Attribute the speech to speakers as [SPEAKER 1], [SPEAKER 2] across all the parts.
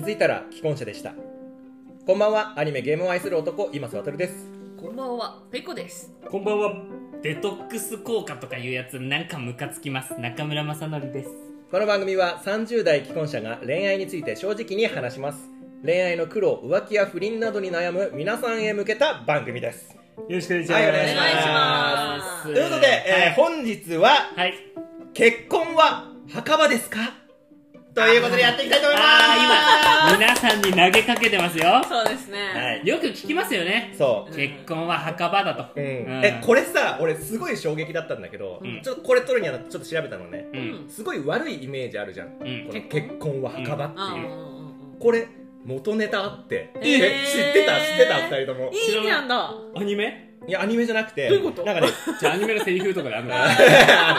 [SPEAKER 1] づいたら既婚者でしたこんばんはアニメゲームを愛する男今瀬るです
[SPEAKER 2] こんばんは、ペコです。
[SPEAKER 3] こんばんは。デトックス効果とかいうやつなんかムカつきます。中村正則です。
[SPEAKER 1] この番組は30代既婚者が恋愛について正直に話します恋愛の苦労浮気や不倫などに悩む皆さんへ向けた番組です
[SPEAKER 3] よろしくお願い
[SPEAKER 1] します
[SPEAKER 2] お
[SPEAKER 1] ということで、えー本日は
[SPEAKER 3] はい。はい、
[SPEAKER 1] 結婚は墓場ですかということでやっていきたいと思います
[SPEAKER 3] あー今皆さんに投げかけてますよ。
[SPEAKER 2] そうですね。
[SPEAKER 1] はい
[SPEAKER 3] よく聞きますよね。
[SPEAKER 1] そうう、
[SPEAKER 2] ん
[SPEAKER 3] 結婚は墓場だと。
[SPEAKER 1] うん
[SPEAKER 3] うん
[SPEAKER 1] えこれさ俺すごい衝撃だったんだけど、
[SPEAKER 3] うん
[SPEAKER 1] ちょっとこれ撮るにはちょっと調べたのね
[SPEAKER 3] う
[SPEAKER 2] うん
[SPEAKER 3] ん。
[SPEAKER 1] すごい悪いイメージあるじゃん、この
[SPEAKER 2] 結婚
[SPEAKER 1] 結婚は墓場って
[SPEAKER 2] あー
[SPEAKER 1] いう、
[SPEAKER 2] うん
[SPEAKER 1] これ元ネタあって、
[SPEAKER 2] えー
[SPEAKER 1] え知ってた知ってた2人とも
[SPEAKER 2] いい意味なんだ。
[SPEAKER 3] アニメ
[SPEAKER 1] いやアニメじゃなくて
[SPEAKER 2] どういうこと
[SPEAKER 1] なんかね
[SPEAKER 3] じゃあアニメのセリフとかであるの
[SPEAKER 1] あの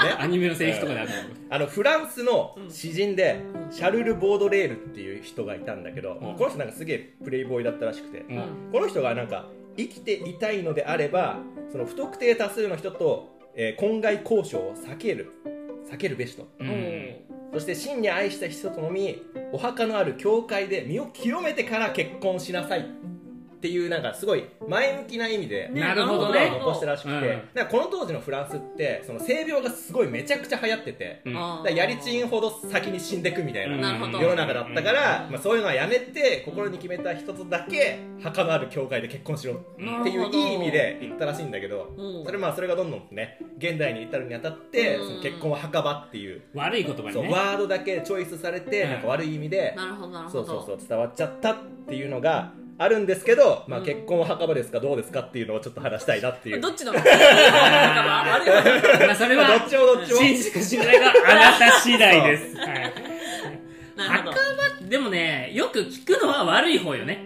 [SPEAKER 1] ね
[SPEAKER 3] アニメのセリフとかであるの
[SPEAKER 1] あのフランスの詩人で、
[SPEAKER 2] うん
[SPEAKER 1] シャルル・ボードレールっていう人がいたんだけど、
[SPEAKER 3] ん
[SPEAKER 1] この人なんかすげえプレイボーイだったらしくて、
[SPEAKER 3] う。
[SPEAKER 2] うんん
[SPEAKER 1] この人がなんか生きていたいのであればその不特定多数の人と、えー婚外交渉を避ける避けるべしと
[SPEAKER 3] うん。
[SPEAKER 1] そして真に愛した人とのみお墓のある教会で身を清めてから結婚しなさいっていうなんかすごい前向きな意味で、
[SPEAKER 2] ね
[SPEAKER 3] なるほど
[SPEAKER 1] 言
[SPEAKER 3] ね
[SPEAKER 1] 葉を残したらしくて、
[SPEAKER 3] うん
[SPEAKER 1] なんかこの当時のフランスってその性病がすごいめちゃくちゃ流行ってて、
[SPEAKER 3] うん
[SPEAKER 2] あ
[SPEAKER 1] だ
[SPEAKER 2] ー
[SPEAKER 1] からやりちんほど先に死んでくみたいな、
[SPEAKER 2] なるほど
[SPEAKER 1] 世の中だったか。ら、
[SPEAKER 2] うん
[SPEAKER 1] まあ、そういうのはやめて心に決めた人とだけ墓のある教会で結婚しろっていういい意味で言ったらしいんだけど
[SPEAKER 2] うん
[SPEAKER 1] それまあそれがどんどんね現代に至るにあたって
[SPEAKER 2] うん
[SPEAKER 1] その結婚は墓場っていう
[SPEAKER 3] 悪い言葉
[SPEAKER 1] そ
[SPEAKER 3] に
[SPEAKER 1] う
[SPEAKER 3] ね。
[SPEAKER 1] ワードだけチョイスされて
[SPEAKER 3] うん
[SPEAKER 1] なんか悪い意味で
[SPEAKER 2] なるほど、なる
[SPEAKER 1] そ
[SPEAKER 2] ほど。
[SPEAKER 1] うそうそう伝わっちゃったっていうのがあるんですけどまあ
[SPEAKER 2] うん
[SPEAKER 1] 結婚は墓場ですかどうですかっていうのをちょっと話したいなっていう
[SPEAKER 2] ど
[SPEAKER 1] どっ
[SPEAKER 2] っちの方がいい 方が悪い方が
[SPEAKER 3] まあそれは、
[SPEAKER 1] ちもどっちも
[SPEAKER 3] 信じるか信じないかあなた次第です。はい。
[SPEAKER 2] なるほど
[SPEAKER 3] 墓。場でもねよく聞くのは悪い方よね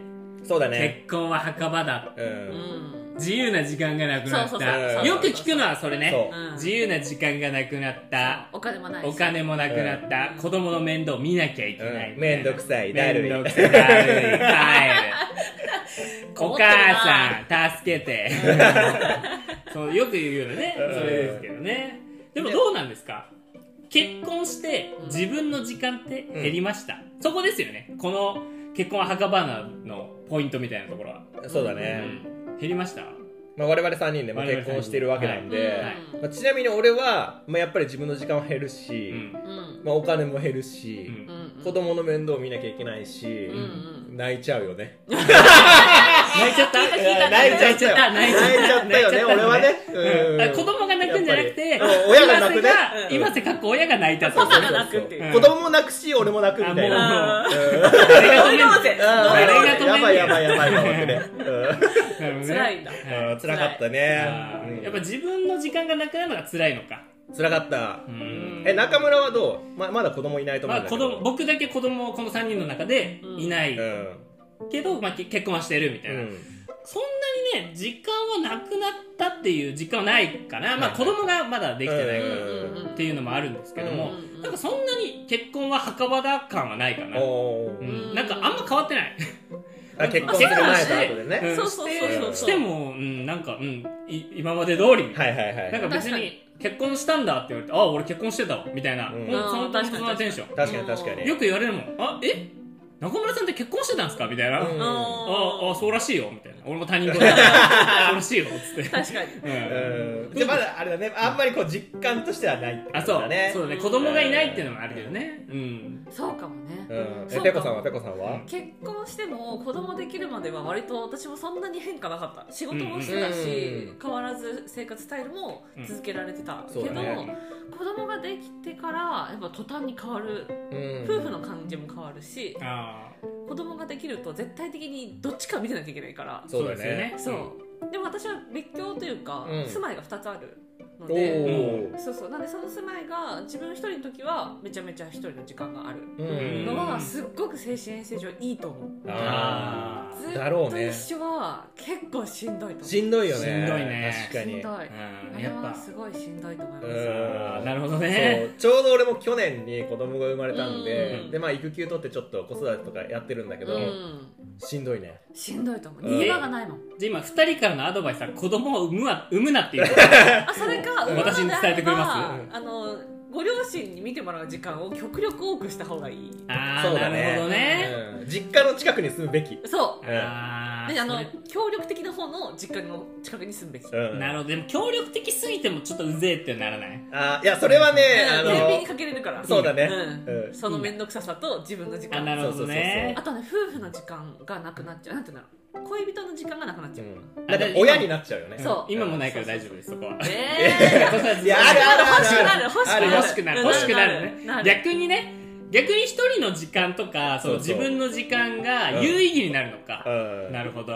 [SPEAKER 1] そうだね
[SPEAKER 3] 結婚は墓場だ
[SPEAKER 1] う
[SPEAKER 2] うんん。
[SPEAKER 3] 自由な時間がなくなった
[SPEAKER 2] そうそう
[SPEAKER 1] そうそう
[SPEAKER 3] よく聞くのはそれね
[SPEAKER 1] そう
[SPEAKER 2] うん
[SPEAKER 3] 自由な時間がなくなった
[SPEAKER 2] お金もないし。
[SPEAKER 3] お金もなくなった、
[SPEAKER 2] うん
[SPEAKER 3] 子供の面倒見なきゃいけない、
[SPEAKER 1] うん面倒くさいだるい
[SPEAKER 3] 面倒くさいだるい帰る
[SPEAKER 2] こも
[SPEAKER 3] お
[SPEAKER 2] ってるな
[SPEAKER 3] 母さん助けてそうよく言うようなね
[SPEAKER 1] うん
[SPEAKER 3] それですけどねでもどうなんですか結婚して
[SPEAKER 2] うん
[SPEAKER 3] 自分の時間って減りました、そこですよねこの結婚は墓場なのポイントみたいなところは、
[SPEAKER 1] そうだ
[SPEAKER 3] う
[SPEAKER 1] ね
[SPEAKER 3] ん、減りました
[SPEAKER 1] まあ、我々3人でも結婚してるわけなんで、
[SPEAKER 3] はい
[SPEAKER 1] まあ、ちなみに俺は、まあ、やっぱり自分の時間は減るし、
[SPEAKER 3] うん
[SPEAKER 2] うん。
[SPEAKER 1] まあ、お金も減るし
[SPEAKER 3] う、
[SPEAKER 2] うんん。
[SPEAKER 1] 子供の面倒を見なきゃいけないし、
[SPEAKER 2] うんうん
[SPEAKER 1] 泣いちゃうよね
[SPEAKER 3] 泣いちゃった
[SPEAKER 2] いたね
[SPEAKER 1] 泣いちゃった
[SPEAKER 3] 泣いちゃっ た
[SPEAKER 1] 泣いちゃったよね俺はねうん
[SPEAKER 3] あ子供が泣くんじゃなく
[SPEAKER 1] やってぱりうん親が泣くね
[SPEAKER 3] 今瀬が今瀬かっこ親が泣いたと
[SPEAKER 1] そうそうそう
[SPEAKER 2] が泣くっていう
[SPEAKER 1] 子供も泣くし俺も泣くみたいな
[SPEAKER 2] あー
[SPEAKER 1] うん
[SPEAKER 3] 誰が
[SPEAKER 2] 飲
[SPEAKER 3] 止
[SPEAKER 2] み
[SPEAKER 3] めん
[SPEAKER 2] よ
[SPEAKER 3] の
[SPEAKER 2] うぜ。
[SPEAKER 3] 誰が止めん
[SPEAKER 1] やば
[SPEAKER 3] の
[SPEAKER 1] いやばいやばいと思ってね、
[SPEAKER 3] なるほどね
[SPEAKER 2] 辛いんだ。
[SPEAKER 1] うん、辛かった
[SPEAKER 3] あ
[SPEAKER 1] ね
[SPEAKER 3] ーやっぱ自分の時間がなくなるのが辛いのか
[SPEAKER 1] 辛かった
[SPEAKER 3] うん
[SPEAKER 1] え中村はどうままだ子供いないと思
[SPEAKER 3] ま
[SPEAKER 1] う
[SPEAKER 3] あ
[SPEAKER 1] んだけ
[SPEAKER 3] 子
[SPEAKER 1] ど、
[SPEAKER 3] 供僕だけ子供をこの3人の中でいない
[SPEAKER 1] うん
[SPEAKER 3] けど、まあ、け結婚はしてるみた
[SPEAKER 1] う
[SPEAKER 3] いな、
[SPEAKER 1] ん
[SPEAKER 3] そんなにね時間はなくなったっていう実感はないかな、まあ、子供がまだできてないからっていうのもあるんですけども、
[SPEAKER 2] うん
[SPEAKER 3] なんかそんなに結婚は墓場だ感はないかな、
[SPEAKER 1] お
[SPEAKER 3] う
[SPEAKER 1] ー
[SPEAKER 3] ん、なんかあんま変わってない
[SPEAKER 1] あ結婚する前と後でね、
[SPEAKER 3] うん
[SPEAKER 2] そうそうそうそう。
[SPEAKER 3] しても、うん、なんか、うん、い今まで通り、
[SPEAKER 1] はいはいはい
[SPEAKER 3] なんか別
[SPEAKER 2] 確か
[SPEAKER 3] に結婚したんだって言われて、あ、俺結婚してたわ、みたいな、
[SPEAKER 1] うん
[SPEAKER 3] もうそ
[SPEAKER 2] うん
[SPEAKER 3] の
[SPEAKER 2] 確かに
[SPEAKER 3] そんなテンショ
[SPEAKER 1] 確かに確かに
[SPEAKER 3] ン。よく言われるもん、あ、え中村さんって結婚してたんですかみたいな、
[SPEAKER 1] うん
[SPEAKER 3] あ
[SPEAKER 2] あ
[SPEAKER 3] あ、そうらしいよ、みたいな。俺も他人事だ そうらしいよ、つって。
[SPEAKER 2] 確かに。
[SPEAKER 3] う
[SPEAKER 1] うんんじゃあまだあれだねあんまりこう実感としてはないって
[SPEAKER 3] あ、
[SPEAKER 1] こ
[SPEAKER 3] そ
[SPEAKER 1] と
[SPEAKER 3] う、
[SPEAKER 1] だね
[SPEAKER 3] そうだね、子供がいないっていうのもあるけどね。うん。
[SPEAKER 2] そうかもね。
[SPEAKER 1] うんえ
[SPEAKER 2] そうか
[SPEAKER 1] ペコさんはペコさんは
[SPEAKER 2] 結婚しても子供できるまでは割と私もそんなに変化なかった仕事もしてたし、
[SPEAKER 1] うん
[SPEAKER 2] 変わらず生活スタイルも続けられてた、
[SPEAKER 1] ん
[SPEAKER 2] けど、
[SPEAKER 1] そうだね
[SPEAKER 2] 子供ができてからやっぱ途端に変わる、
[SPEAKER 1] うん
[SPEAKER 2] 夫婦の関係も変わるし
[SPEAKER 3] ああ、
[SPEAKER 2] 子供ができると絶対的にどっちか見てなきゃいけないから
[SPEAKER 1] そうだね
[SPEAKER 3] そ
[SPEAKER 2] そうう
[SPEAKER 3] ですよね。、
[SPEAKER 2] でも私は別居というか、
[SPEAKER 1] うん
[SPEAKER 2] 住まいが2つあるの
[SPEAKER 1] お
[SPEAKER 2] で
[SPEAKER 1] ー
[SPEAKER 2] そうそうなんでその住まいが自分一人の時はめちゃめちゃ一人の時間がある
[SPEAKER 1] う
[SPEAKER 3] うん
[SPEAKER 2] の
[SPEAKER 1] ん
[SPEAKER 2] はすっごく精神衛生上いいと思う
[SPEAKER 1] あ
[SPEAKER 2] ずっ
[SPEAKER 1] だろう
[SPEAKER 2] と
[SPEAKER 1] ね
[SPEAKER 2] 一緒は結構しんどいと思う
[SPEAKER 1] ーしんどいよね
[SPEAKER 3] しんどいね
[SPEAKER 1] 確かに
[SPEAKER 2] しんどい
[SPEAKER 3] うん
[SPEAKER 2] あ
[SPEAKER 3] うん、
[SPEAKER 2] れ
[SPEAKER 3] やっ
[SPEAKER 2] は
[SPEAKER 3] ぱ。
[SPEAKER 2] すごいしんどいと思いま
[SPEAKER 1] う
[SPEAKER 2] す、
[SPEAKER 1] ん
[SPEAKER 3] あーなるほどね。
[SPEAKER 1] そうちょうど俺も去年に子供が生まれたんで
[SPEAKER 2] うん
[SPEAKER 1] でまあ育休取ってちょっと子育てとかやってるんだけど
[SPEAKER 2] うん
[SPEAKER 1] しんどいね
[SPEAKER 2] しんどいと思う
[SPEAKER 1] うん
[SPEAKER 2] 逃げ場がないもん
[SPEAKER 3] じゃあ今、二人からのアドバ イスは、子供を産むわ、産むなっていう。
[SPEAKER 2] あそれか
[SPEAKER 3] 私に伝えてくれます
[SPEAKER 2] 産むのであればあの5ご両親に見てもらう時間を極力多くした方がいい
[SPEAKER 3] あ
[SPEAKER 1] そう
[SPEAKER 3] ー
[SPEAKER 1] だね
[SPEAKER 3] なるほどね、
[SPEAKER 1] うん実家の近くに住むべき、
[SPEAKER 2] そう
[SPEAKER 1] うん
[SPEAKER 3] あー
[SPEAKER 2] であ
[SPEAKER 3] そ
[SPEAKER 2] の
[SPEAKER 3] れ
[SPEAKER 2] 協力的な方の実家の近くに住むべき、
[SPEAKER 1] うん、
[SPEAKER 3] なるほどでも協力的すぎてもちょっとうぜえってならない
[SPEAKER 1] あいやそれはねあ
[SPEAKER 2] うん天秤
[SPEAKER 1] の
[SPEAKER 2] にかけれるから
[SPEAKER 1] そうだね、
[SPEAKER 2] う
[SPEAKER 1] うんん
[SPEAKER 2] その面倒くささと自分の時
[SPEAKER 3] あ
[SPEAKER 2] 間
[SPEAKER 3] なるほどね
[SPEAKER 2] あとね夫婦の時間がなくなっちゃうなんていうんだろう恋人の時間がなくなっちゃう、
[SPEAKER 1] うん、だって親になっちゃうよね
[SPEAKER 2] そう
[SPEAKER 3] 今もないから大丈夫ですそこは
[SPEAKER 2] ええ
[SPEAKER 1] いやあるあるある
[SPEAKER 2] ある欲しくなる
[SPEAKER 1] あ
[SPEAKER 3] 欲
[SPEAKER 1] る
[SPEAKER 3] しくなる
[SPEAKER 2] うん
[SPEAKER 3] 欲しくなるね
[SPEAKER 2] なる
[SPEAKER 3] 逆にね逆に一人の時間とかその
[SPEAKER 1] そうそ
[SPEAKER 3] 自
[SPEAKER 1] う
[SPEAKER 3] 分の時間が
[SPEAKER 1] うん
[SPEAKER 3] 有意義になるのか、
[SPEAKER 1] うん
[SPEAKER 3] なるほど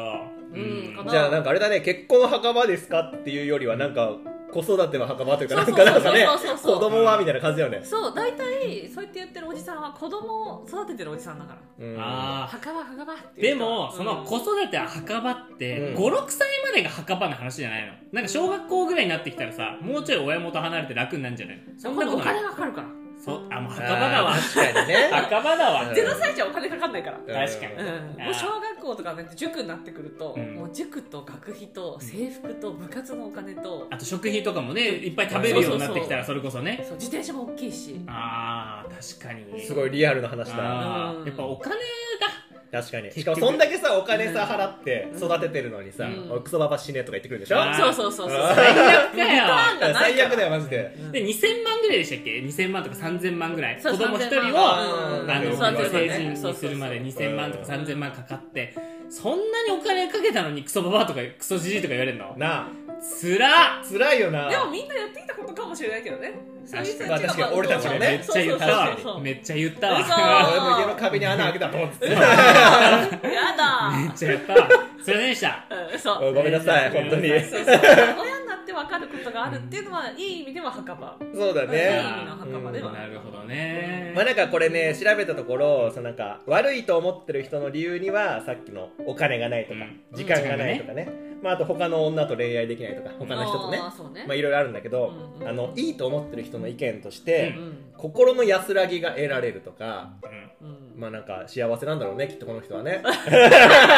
[SPEAKER 2] うんかな
[SPEAKER 1] じゃあなんかあれだね結婚墓場ですかっていうよりはなんか子育ての墓場というかなん
[SPEAKER 2] そう
[SPEAKER 1] か
[SPEAKER 2] そう
[SPEAKER 1] なんかね
[SPEAKER 2] そうそうそう
[SPEAKER 1] 子供はみたいな感じだよね、
[SPEAKER 2] そう大体そうやって言ってるおじさんは子供を育ててるおじさんだから
[SPEAKER 1] うん、
[SPEAKER 3] ああ
[SPEAKER 2] 墓場墓場って
[SPEAKER 3] で
[SPEAKER 2] 言うから
[SPEAKER 3] もその子育ては墓場って
[SPEAKER 1] うん
[SPEAKER 3] 56歳までが墓場の話じゃないのなんか小学校ぐらいになってきたらさもうちょい親元離れて楽になるんじゃないのそんなこ
[SPEAKER 2] お
[SPEAKER 3] とない
[SPEAKER 2] 金がかかるから
[SPEAKER 3] そうあもう墓場だわ
[SPEAKER 1] あー確かにね
[SPEAKER 3] 墓場だわ
[SPEAKER 1] うん
[SPEAKER 2] 0歳児はお金かかんないから
[SPEAKER 1] うん
[SPEAKER 3] 確かに
[SPEAKER 2] うん、もう小学校とかね塾になってくると、
[SPEAKER 3] うん
[SPEAKER 2] もう塾と学費と制服と部活のお金と、
[SPEAKER 3] あと食費とかもねいっぱい食べるようになってきたらそれこそね
[SPEAKER 2] そう自転車も大きいし
[SPEAKER 3] あー確かに
[SPEAKER 1] すごいリアルな話だ
[SPEAKER 3] あ
[SPEAKER 2] う
[SPEAKER 3] ー
[SPEAKER 2] ん
[SPEAKER 3] やっぱお金だ
[SPEAKER 1] 確かに
[SPEAKER 3] 結局
[SPEAKER 1] しかもそんだけさお金さ払って
[SPEAKER 2] うん
[SPEAKER 1] 育ててるのにさ
[SPEAKER 2] うん
[SPEAKER 1] 「おいクソババ死ね」とか言ってくるんでしょ
[SPEAKER 3] あー
[SPEAKER 2] そうそうそうそう
[SPEAKER 1] あー
[SPEAKER 3] 最悪かよ
[SPEAKER 2] パンがない
[SPEAKER 1] 最
[SPEAKER 2] から
[SPEAKER 1] 悪だよマジで
[SPEAKER 2] うん
[SPEAKER 3] で2000万ぐらいでしたっけ2000万とか3000万ぐらい子
[SPEAKER 2] そう
[SPEAKER 3] 供一人
[SPEAKER 2] 3000
[SPEAKER 3] をあ
[SPEAKER 1] うん
[SPEAKER 2] 万
[SPEAKER 3] の
[SPEAKER 1] うん
[SPEAKER 2] 育
[SPEAKER 3] 成
[SPEAKER 2] てるね
[SPEAKER 3] 人に
[SPEAKER 2] そうそう
[SPEAKER 3] す
[SPEAKER 2] そう
[SPEAKER 3] るまで2000万とか
[SPEAKER 1] うん
[SPEAKER 3] 3000万かかってそんなにお金かけたのにクソババアとかクソじじいとか言われるの
[SPEAKER 1] な
[SPEAKER 3] つらっ
[SPEAKER 1] あ辛いよな
[SPEAKER 2] でもみんなやってきたことかもしれないけどねそういう人たち
[SPEAKER 1] まあ確かに俺たちもね
[SPEAKER 3] めっちゃ言ったわ
[SPEAKER 2] そうそうそうそう
[SPEAKER 3] めっちゃ言った
[SPEAKER 2] 嘘
[SPEAKER 3] わ
[SPEAKER 1] 俺も家の壁に穴開けたと思ってて
[SPEAKER 2] やだ
[SPEAKER 3] めっちゃ言ったわすいませんでした
[SPEAKER 2] うんそ う
[SPEAKER 1] ごめんなさい本当に
[SPEAKER 3] ごめんな
[SPEAKER 2] そうそう親になって分かることがあるっていうのはいい意味では墓場
[SPEAKER 1] そうだ
[SPEAKER 2] いい意
[SPEAKER 1] ね
[SPEAKER 2] 味の墓場では
[SPEAKER 3] なるほどね
[SPEAKER 1] まあなんかこれね調べたところそのなんか悪いと思ってる人の理由にはさっきのお金がないとか
[SPEAKER 3] うん
[SPEAKER 1] 時間がないとかねまああと他の女と恋愛できないとか他の人とね
[SPEAKER 2] あーそうね
[SPEAKER 1] まあいろいろあるんだけど
[SPEAKER 2] うんうん
[SPEAKER 1] あのいいと思ってる人の意見として
[SPEAKER 2] うん
[SPEAKER 1] 心の安らぎが得られるとか
[SPEAKER 3] うん
[SPEAKER 2] うん
[SPEAKER 1] まあなんか幸せなんだろうねきっとこの人 はねまああ
[SPEAKER 2] 電気が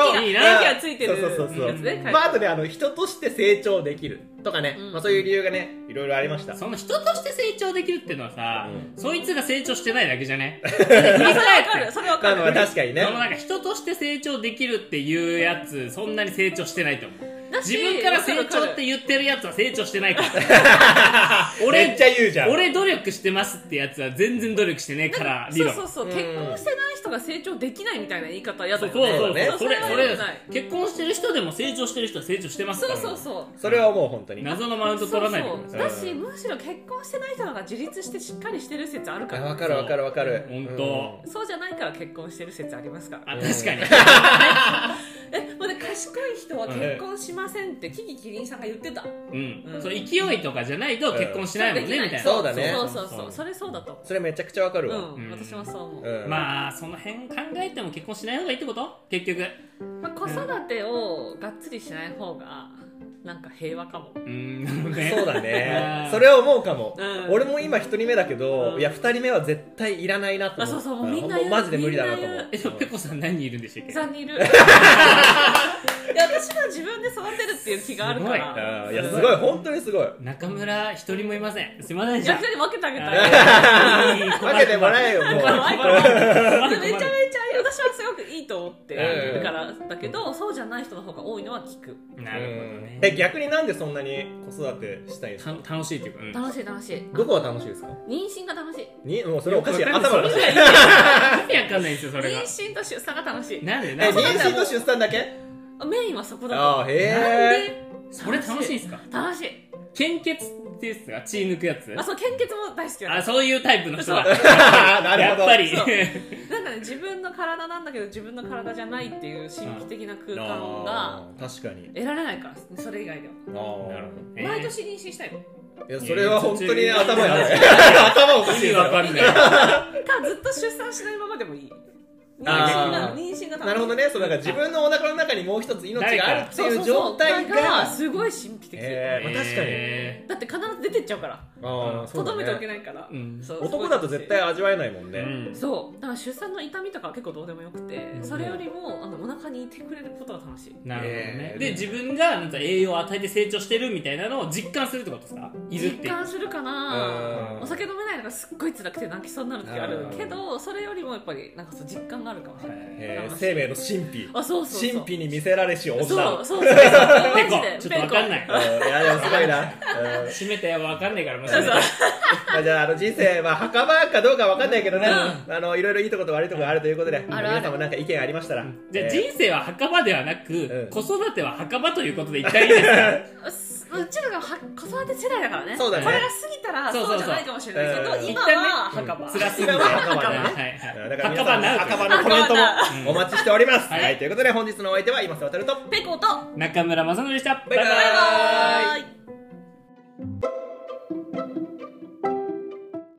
[SPEAKER 1] と
[SPEAKER 3] いいな
[SPEAKER 2] 電気がついてる
[SPEAKER 1] そうそうそうそう
[SPEAKER 2] やつね
[SPEAKER 1] まああとねあの人として成長できるとかね
[SPEAKER 2] うん
[SPEAKER 1] まあそういう理由がねいろいろありました
[SPEAKER 3] その人として成長できるっていうのはさ、
[SPEAKER 1] う
[SPEAKER 3] そいつが成長してないだけじゃね
[SPEAKER 2] それわかるそれわ
[SPEAKER 1] ま
[SPEAKER 2] か
[SPEAKER 1] あ
[SPEAKER 2] る
[SPEAKER 1] まあ確かに
[SPEAKER 3] そ
[SPEAKER 1] ね
[SPEAKER 3] のなんか人として成長できるっていうやつそんなに成長してないと思う
[SPEAKER 2] だし
[SPEAKER 3] 自分から成長って言ってるやつは成長してないから 俺
[SPEAKER 1] めっちゃ言うじゃん
[SPEAKER 3] 俺努力してますってやつは全然努力してねえから理
[SPEAKER 2] そう
[SPEAKER 3] 論
[SPEAKER 2] そうそう
[SPEAKER 1] うん
[SPEAKER 2] 結婚してない人が成長できないみたいな言い方やだ
[SPEAKER 3] そう
[SPEAKER 2] よ
[SPEAKER 3] そう
[SPEAKER 2] ね
[SPEAKER 3] そ
[SPEAKER 1] ね
[SPEAKER 3] うそれ
[SPEAKER 2] そう
[SPEAKER 3] そ
[SPEAKER 2] そう
[SPEAKER 3] れ
[SPEAKER 2] そうない
[SPEAKER 3] 結婚してる人でも成長してる人は成長してますか
[SPEAKER 2] そ
[SPEAKER 3] ら
[SPEAKER 2] うそうそう
[SPEAKER 1] それはもう本当に
[SPEAKER 3] 謎のマウント取らないでくだ
[SPEAKER 2] そ
[SPEAKER 3] さ
[SPEAKER 2] うそうだ
[SPEAKER 3] い
[SPEAKER 2] しむしろ結婚してない人の方が自立してしっかりしてる説あるか
[SPEAKER 1] あ
[SPEAKER 2] ら
[SPEAKER 1] わかるわかるわかる
[SPEAKER 3] ほんと
[SPEAKER 1] うん
[SPEAKER 2] そうじゃないから結婚してる説ありますから
[SPEAKER 3] あ確かに
[SPEAKER 2] えもうね賢い人は結婚しませんってキキキリンさんが言ってた
[SPEAKER 3] うん、
[SPEAKER 2] うん
[SPEAKER 3] そう勢いとかじゃないと結婚しないもんね、
[SPEAKER 2] でき
[SPEAKER 3] みたいな
[SPEAKER 1] そうだね
[SPEAKER 2] そうそうそうそれそうだと
[SPEAKER 1] それめちゃくちゃわかる
[SPEAKER 2] う
[SPEAKER 1] わ
[SPEAKER 2] ん私もそう思う
[SPEAKER 1] うん
[SPEAKER 3] まあその辺考えても結婚しない方がいいってこと結局
[SPEAKER 2] まあ子育てをがっつりしない方がなんか平和かも
[SPEAKER 3] うん
[SPEAKER 1] そうだ
[SPEAKER 3] う
[SPEAKER 1] ね
[SPEAKER 3] ん
[SPEAKER 1] それは思うかも
[SPEAKER 2] うん
[SPEAKER 1] 俺も今一人目だけど
[SPEAKER 2] うん
[SPEAKER 1] いや二人目は絶対いらないなと思
[SPEAKER 2] あそうそうもうみんな
[SPEAKER 1] ほとマジで無理だなと
[SPEAKER 2] みんな
[SPEAKER 1] 思う
[SPEAKER 2] 言
[SPEAKER 3] えでもペコさん何人いるんでしたっけ
[SPEAKER 2] 3人いる いや私は自分で育てるっていう気があるか
[SPEAKER 3] すご
[SPEAKER 2] ら
[SPEAKER 1] うんいやすご
[SPEAKER 2] い
[SPEAKER 1] い本当にすごい
[SPEAKER 3] 中村一人もいませんすいませんでし
[SPEAKER 2] じゃ
[SPEAKER 3] た
[SPEAKER 2] あ人に分けてあげた い
[SPEAKER 1] 分けてもらえよもうう
[SPEAKER 2] 困る困るめ
[SPEAKER 3] め
[SPEAKER 2] ちゃめちゃ私はすごくいいと思ってるからだけどそうじゃない人の方が多いのは聞く
[SPEAKER 3] なるほど
[SPEAKER 1] ん
[SPEAKER 3] ね
[SPEAKER 1] え逆になんでそんなに子育てしたいんです
[SPEAKER 3] た
[SPEAKER 1] か
[SPEAKER 3] 楽しいっていうか、うん
[SPEAKER 2] 楽しい楽しい
[SPEAKER 1] どこが楽しいですか
[SPEAKER 2] 妊娠が楽しい
[SPEAKER 1] にもうそれおかしい
[SPEAKER 3] わかん
[SPEAKER 1] 頭お
[SPEAKER 3] ない
[SPEAKER 1] かしい
[SPEAKER 3] それが意味わかんないんですよそれが
[SPEAKER 2] 妊娠と出産が楽しい
[SPEAKER 3] なんでな
[SPEAKER 1] え
[SPEAKER 3] んで
[SPEAKER 1] 妊娠と出産だけ
[SPEAKER 2] あメインはそこだ
[SPEAKER 1] あ
[SPEAKER 2] と
[SPEAKER 1] あへえ
[SPEAKER 3] それ楽しいんすか
[SPEAKER 2] 楽しい
[SPEAKER 3] 献血ってやつが血抜くやつ
[SPEAKER 2] あそう献血も大好きな
[SPEAKER 3] あ
[SPEAKER 2] の
[SPEAKER 3] そういうタイプの人だ
[SPEAKER 1] なる
[SPEAKER 3] や
[SPEAKER 1] ほ
[SPEAKER 3] っ
[SPEAKER 1] ど
[SPEAKER 3] ぱり
[SPEAKER 2] そうなんかね自分の体なんだけど自分の体じゃないっていう神秘的な空間が
[SPEAKER 1] あー確かに
[SPEAKER 2] 得られないからそれ以外では
[SPEAKER 1] あー
[SPEAKER 3] なるほどね
[SPEAKER 2] 毎年妊娠したいの
[SPEAKER 1] いやそれは本当に頭やばい
[SPEAKER 3] え
[SPEAKER 1] 頭おかしい
[SPEAKER 3] 意味
[SPEAKER 1] です
[SPEAKER 3] わ
[SPEAKER 1] よ
[SPEAKER 3] かんない
[SPEAKER 2] かずっと出産しないままでもいい妊娠
[SPEAKER 1] あー
[SPEAKER 2] が妊娠が楽しい
[SPEAKER 1] なるほどね、そのなんか自分のお腹の中にもう一つ命があるって
[SPEAKER 2] そう
[SPEAKER 1] い
[SPEAKER 2] そううそ
[SPEAKER 1] 状態
[SPEAKER 2] だから
[SPEAKER 1] が、
[SPEAKER 2] すごい神秘的、
[SPEAKER 1] えーまあ確かに
[SPEAKER 3] え
[SPEAKER 2] だって考必ず出てっちゃうから
[SPEAKER 1] ああそ
[SPEAKER 2] と
[SPEAKER 1] うだ
[SPEAKER 2] ど、めておけ
[SPEAKER 1] ね
[SPEAKER 2] ないから、
[SPEAKER 3] うん
[SPEAKER 2] そう
[SPEAKER 1] 男だと絶対味わえないもんね、
[SPEAKER 3] うん
[SPEAKER 2] そうだから出産の痛みとかは結構どうでもよくて、
[SPEAKER 3] うん
[SPEAKER 2] それよりもあのお腹にいてくれることが楽しい
[SPEAKER 3] なるほどね、
[SPEAKER 1] えー
[SPEAKER 3] で自分がなんか栄養を与えて成長してるみたいなのを実感するってことですかいるっ
[SPEAKER 2] 実
[SPEAKER 3] て
[SPEAKER 2] 感するか
[SPEAKER 1] う
[SPEAKER 2] なんお酒飲めないのがすっごい辛くて泣きそうになる時あるけどそれよりもやっぱりなんかそう実感があるかもしれない、
[SPEAKER 1] えー生命の神秘
[SPEAKER 2] あそうそうそう
[SPEAKER 1] 神秘に見せられし女
[SPEAKER 2] そう
[SPEAKER 1] う
[SPEAKER 2] そうそうそうマ
[SPEAKER 3] ペ
[SPEAKER 2] ジで
[SPEAKER 3] コちょっとわかんない
[SPEAKER 1] んいやでもすごいな、うん
[SPEAKER 3] 閉めたやわかんないからもう
[SPEAKER 2] そうそう
[SPEAKER 1] まあ、じゃああの人生、まあ、墓場かどうかわかんないけどね、あのいろいろいいとこと悪いとこがあるということで、
[SPEAKER 2] ある
[SPEAKER 1] 皆さんもなんか意見ありましたら、
[SPEAKER 3] じゃあ
[SPEAKER 1] えー
[SPEAKER 3] 人生は墓場ではな
[SPEAKER 1] う
[SPEAKER 3] く
[SPEAKER 1] ん
[SPEAKER 3] 子育ては墓場ということで一体いいですか
[SPEAKER 2] うっすうちらがは子育て世代だからね
[SPEAKER 1] そうだね
[SPEAKER 2] これが過ぎたら
[SPEAKER 3] そう
[SPEAKER 2] そ
[SPEAKER 3] そうそう
[SPEAKER 2] うじゃないかもしれないけど、
[SPEAKER 1] うん
[SPEAKER 2] 今は墓場、
[SPEAKER 3] 辛すぎて
[SPEAKER 1] 今は墓場だね
[SPEAKER 3] はいはい
[SPEAKER 1] だから
[SPEAKER 3] 墓
[SPEAKER 1] 皆
[SPEAKER 3] 場
[SPEAKER 1] さん
[SPEAKER 3] なう
[SPEAKER 1] 墓場
[SPEAKER 3] と
[SPEAKER 1] のコメント
[SPEAKER 3] うん
[SPEAKER 1] もお待ちしております、
[SPEAKER 3] は
[SPEAKER 1] はいい、ということで本日のお相手は今瀬渡ると
[SPEAKER 2] ペコと
[SPEAKER 3] 中村正則でした
[SPEAKER 1] バイバーイ
[SPEAKER 2] バイバーイ